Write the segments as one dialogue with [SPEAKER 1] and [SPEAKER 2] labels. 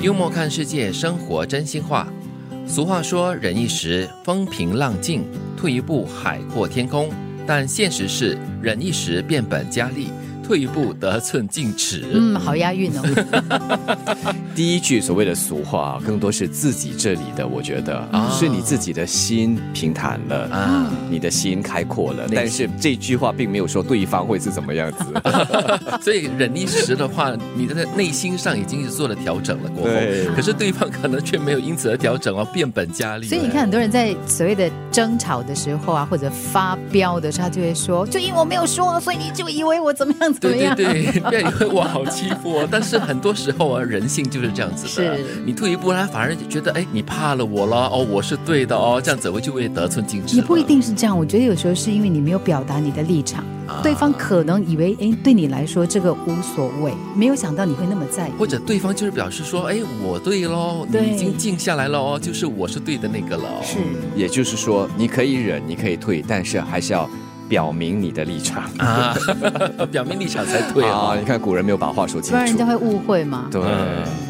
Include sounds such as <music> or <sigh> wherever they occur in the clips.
[SPEAKER 1] 幽默看世界，生活真心话。俗话说，忍一时风平浪静，退一步海阔天空。但现实是，忍一时变本加厉，退一步得寸进尺。
[SPEAKER 2] 嗯，好押韵
[SPEAKER 1] <laughs>
[SPEAKER 2] 哦。
[SPEAKER 3] 第一句所谓的俗话，更多是自己这里的，我觉得、
[SPEAKER 1] 啊
[SPEAKER 3] 是你自己的心平坦了。
[SPEAKER 1] 啊，
[SPEAKER 3] 你的心开阔了，
[SPEAKER 1] 内心
[SPEAKER 3] 但是这句话并没有说对方会是怎么样子。哦
[SPEAKER 2] 嗯
[SPEAKER 1] 所以忍一时的话，你的内心上已经是做了调整了过后，
[SPEAKER 3] 对
[SPEAKER 1] 可是对方可能却没有因此而调整哦，变本加厉。
[SPEAKER 2] 所以你看，很多人在所谓的争吵的时候啊，或者发飙的时候，他就会说，就因为我没有说，所以你就以为我怎么样怎么
[SPEAKER 1] 对
[SPEAKER 2] 样。
[SPEAKER 1] 对对，不要以为我好欺负哦。但是很多时候啊，人性就是这样子的
[SPEAKER 2] 是。
[SPEAKER 1] 你退一步，他反而觉得哎，你怕了我了哦，我是对的哦，这样子我就会得寸进尺了。
[SPEAKER 2] 也不一定是这样，我觉得有时候是因为你没有表达你的立场，
[SPEAKER 1] 啊
[SPEAKER 2] 对方可能以为，哎，对你来说这个无所谓，没有想到你会那么在意。
[SPEAKER 1] 或者对方就是表示说，哎，我对喽，你
[SPEAKER 2] 对
[SPEAKER 1] 已经静下来了哦，就是我是对的那个了哦。
[SPEAKER 2] 是
[SPEAKER 3] 也就是说，你可以忍，你可以退，但是还是要表明你的立场。
[SPEAKER 1] 啊， <laughs> 表明立场才对
[SPEAKER 3] 啊，
[SPEAKER 1] 哦。
[SPEAKER 3] 你看古人没有把话说清
[SPEAKER 2] 不然人
[SPEAKER 3] 楚
[SPEAKER 2] 家。会误会嘛。
[SPEAKER 3] 对，
[SPEAKER 1] 嗯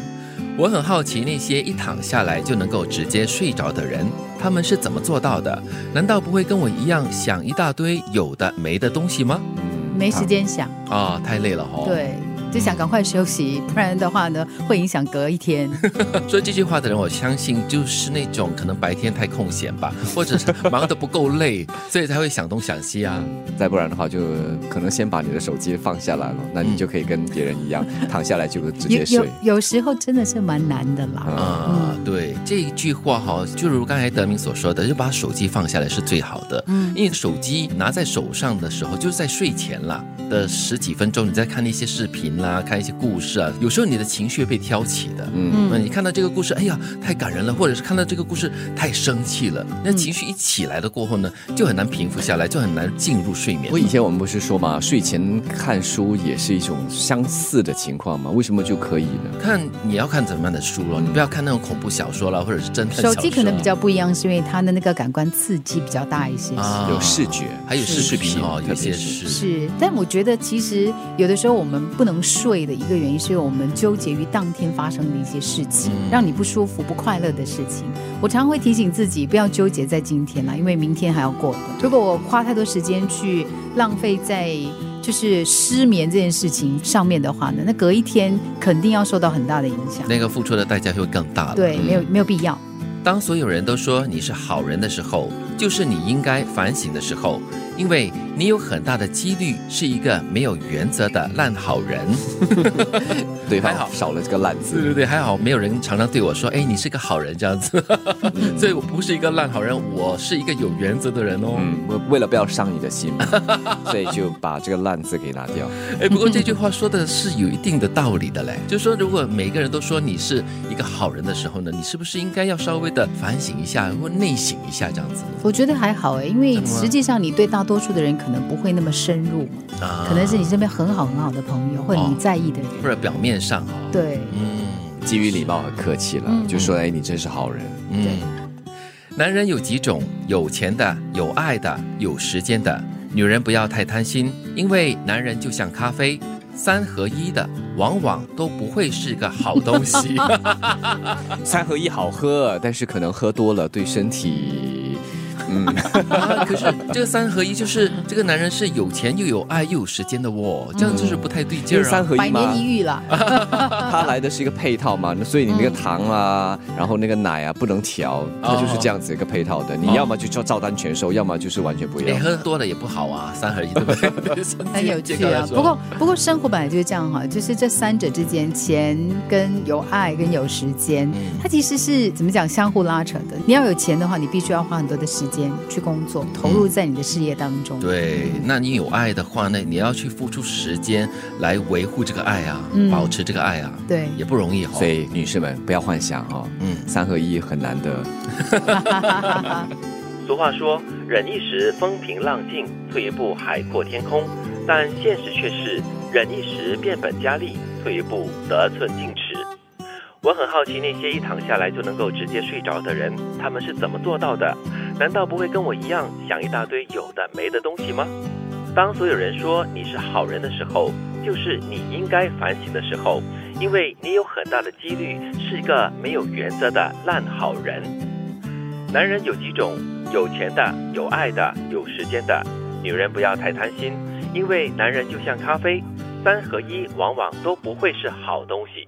[SPEAKER 1] 我很好奇那些一躺下来就能够直接睡着的人，他们是怎么做到的？难道不会跟我一样想一大堆有的没的东西吗？
[SPEAKER 3] 嗯
[SPEAKER 2] 没时。间想，
[SPEAKER 1] 啊、太累了哦。。
[SPEAKER 2] 对，就想赶快休息，不然的话呢，会影响隔
[SPEAKER 1] <laughs>
[SPEAKER 2] 一天。
[SPEAKER 1] 说这句话的人，我相信就是那种可能白天太空闲吧，或者是忙得不够累，所以才会想东想西啊。
[SPEAKER 3] 啊再不然的话，就可能先把你的手机放下来了，那你就可以跟别人
[SPEAKER 2] <laughs>
[SPEAKER 3] 一样，躺下来就
[SPEAKER 2] 有
[SPEAKER 3] 直接
[SPEAKER 2] 有
[SPEAKER 3] 睡。
[SPEAKER 2] 有时候真的是蛮难的啦。
[SPEAKER 1] 啊，对这一句话哈、就如刚才德明所说的，就把手机放下来是最好的。
[SPEAKER 2] 嗯
[SPEAKER 1] 因为手机拿在手上的时候，就是在睡前啦的十几分钟，你在看一些视频啦，看一些故事啊，有时候你的情绪被挑起的。
[SPEAKER 3] 嗯，
[SPEAKER 1] 那
[SPEAKER 2] 嗯，
[SPEAKER 1] 你看到这个故事，哎呀，太感人了，或者是看到这个故事太生气了，那
[SPEAKER 2] 嗯
[SPEAKER 1] 情绪一起来了过后呢，就很难平复下来，就很难进入睡眠
[SPEAKER 3] 不过。以前我们不是说嘛，睡前看书也是一种相似的情况嘛，为什么就可以呢？
[SPEAKER 1] 看你要看怎么样的书咯，你不要看那种恐怖小说啦，或者是侦探小说
[SPEAKER 2] 手
[SPEAKER 1] 啊。
[SPEAKER 2] 机可能比较不一样，是因为它的那个感官刺激比较大一些。
[SPEAKER 1] 啊
[SPEAKER 3] 有视觉，
[SPEAKER 1] 还有视频哦，有
[SPEAKER 3] 特
[SPEAKER 1] 些
[SPEAKER 3] 别是
[SPEAKER 1] 是
[SPEAKER 2] 是，但我觉得其实有的时候我们不能睡的一个原因，是因为我们纠结于当天发生的一些事情，
[SPEAKER 1] 嗯
[SPEAKER 2] 让你不舒服、不快乐的事情。我常会提醒自己不要纠结在今天啦，因为明天还要过的。如果我花太多时间去浪费在就是失眠这件事情上面的话呢，那隔一天肯定要受到很大的影响。
[SPEAKER 1] 那个付出的代价就会更大了。
[SPEAKER 2] 对，没有没有必要。
[SPEAKER 1] 当所有人都说你是好人的时候，就是你应该反省的时候，因为你有很大的几率是一个没有原则的烂好人。
[SPEAKER 3] 对
[SPEAKER 1] 还好
[SPEAKER 3] 方少了这个烂
[SPEAKER 1] 对
[SPEAKER 3] 字。
[SPEAKER 1] 对对，还好没有人常常对我说：“哎，你是个好人。”这样 <laughs> 子，所以我不是一个烂好人，我是一个有原则的人哦。
[SPEAKER 3] 嗯，为为了不要伤你的心嘛， <laughs> 所以就把这个烂字给拿掉。
[SPEAKER 1] 哎，不过这句话说的是有一定的道理的嘞，就是说，如果每个人都说你是一个好人的时候呢，你是不是应该要稍微的反省一下，或内省一下这样子
[SPEAKER 2] 我觉得还好哎，因为
[SPEAKER 1] 真的吗
[SPEAKER 2] 实际上你对大多数的人可能不会那么深入嘛，
[SPEAKER 1] 啊？
[SPEAKER 2] 可能是你身边很好很好的朋友或者
[SPEAKER 1] 哦
[SPEAKER 2] 你在意的人。
[SPEAKER 1] 或者表面上哦。，
[SPEAKER 2] 对，
[SPEAKER 1] 嗯。
[SPEAKER 3] 基于礼貌和客气了，
[SPEAKER 2] 嗯
[SPEAKER 3] 就说哎，你真是好人。
[SPEAKER 1] 嗯，男人有几种？有钱的，有爱的，有时间的。女人不要太贪心，因为男人就像咖啡，三合一的往往都不会是个好东西。
[SPEAKER 3] 三合一好喝，但是可能喝多了对身体，嗯，
[SPEAKER 1] 啊可是这个三合一就是这个男人是有钱又有爱又有时间的
[SPEAKER 2] 嗯
[SPEAKER 1] 哦，这样就是不太对
[SPEAKER 3] 因
[SPEAKER 1] 劲
[SPEAKER 3] 为
[SPEAKER 1] 儿
[SPEAKER 3] 三
[SPEAKER 1] 啊。
[SPEAKER 3] 合
[SPEAKER 2] 百
[SPEAKER 3] 一嘛
[SPEAKER 2] 年，一遇
[SPEAKER 1] <laughs>
[SPEAKER 2] 啦。
[SPEAKER 3] 它来的是一个配套嘛，那所以你那
[SPEAKER 2] 嗯
[SPEAKER 3] 个糖啊，然后那个奶啊不能调，它就是
[SPEAKER 1] 哦
[SPEAKER 3] 这样子一个配套的。你要么就照照单全收，要么就是完全不
[SPEAKER 1] 哎，
[SPEAKER 3] 要。
[SPEAKER 1] 喝多了也不好啊，三合一对不对？
[SPEAKER 2] <laughs> 很有趣
[SPEAKER 1] 健康来
[SPEAKER 2] 啊，
[SPEAKER 1] 说
[SPEAKER 2] 不过不过生活本来就是这样哈，就是这三者之间，钱跟有爱跟有时间
[SPEAKER 1] 嗯，
[SPEAKER 2] 它其实是怎么讲相互拉扯的。你要有钱的话，你必须要花很多的时间去工作，投入在你的事业当中。，
[SPEAKER 1] 嗯对，那你有爱的话，那你要去付出时间来维护这个爱啊，
[SPEAKER 2] 嗯
[SPEAKER 1] 保持这个爱啊，
[SPEAKER 2] 对
[SPEAKER 1] 也不容易哦。
[SPEAKER 3] 所以女士们不要幻想哦，
[SPEAKER 1] 嗯。
[SPEAKER 3] 三合一很难得。
[SPEAKER 1] 俗话说，忍一时风平浪静，退一步海阔天空。但现实却是，忍一时变本加厉，退一步得寸进尺。我很好奇那些一躺下来就能够直接睡着的人，他们是怎么做到的？难道不会跟我一样想一大堆有的没的东西吗？
[SPEAKER 4] 当所有人说你是好人的时候，就是你应该反省的时候，因为你有很大的几率是一个没有原则的烂好人。男人有几种：有钱的、有爱的、有时间的。女人不要太贪心，因为男人就像咖啡，三合一往往都不会是好东西。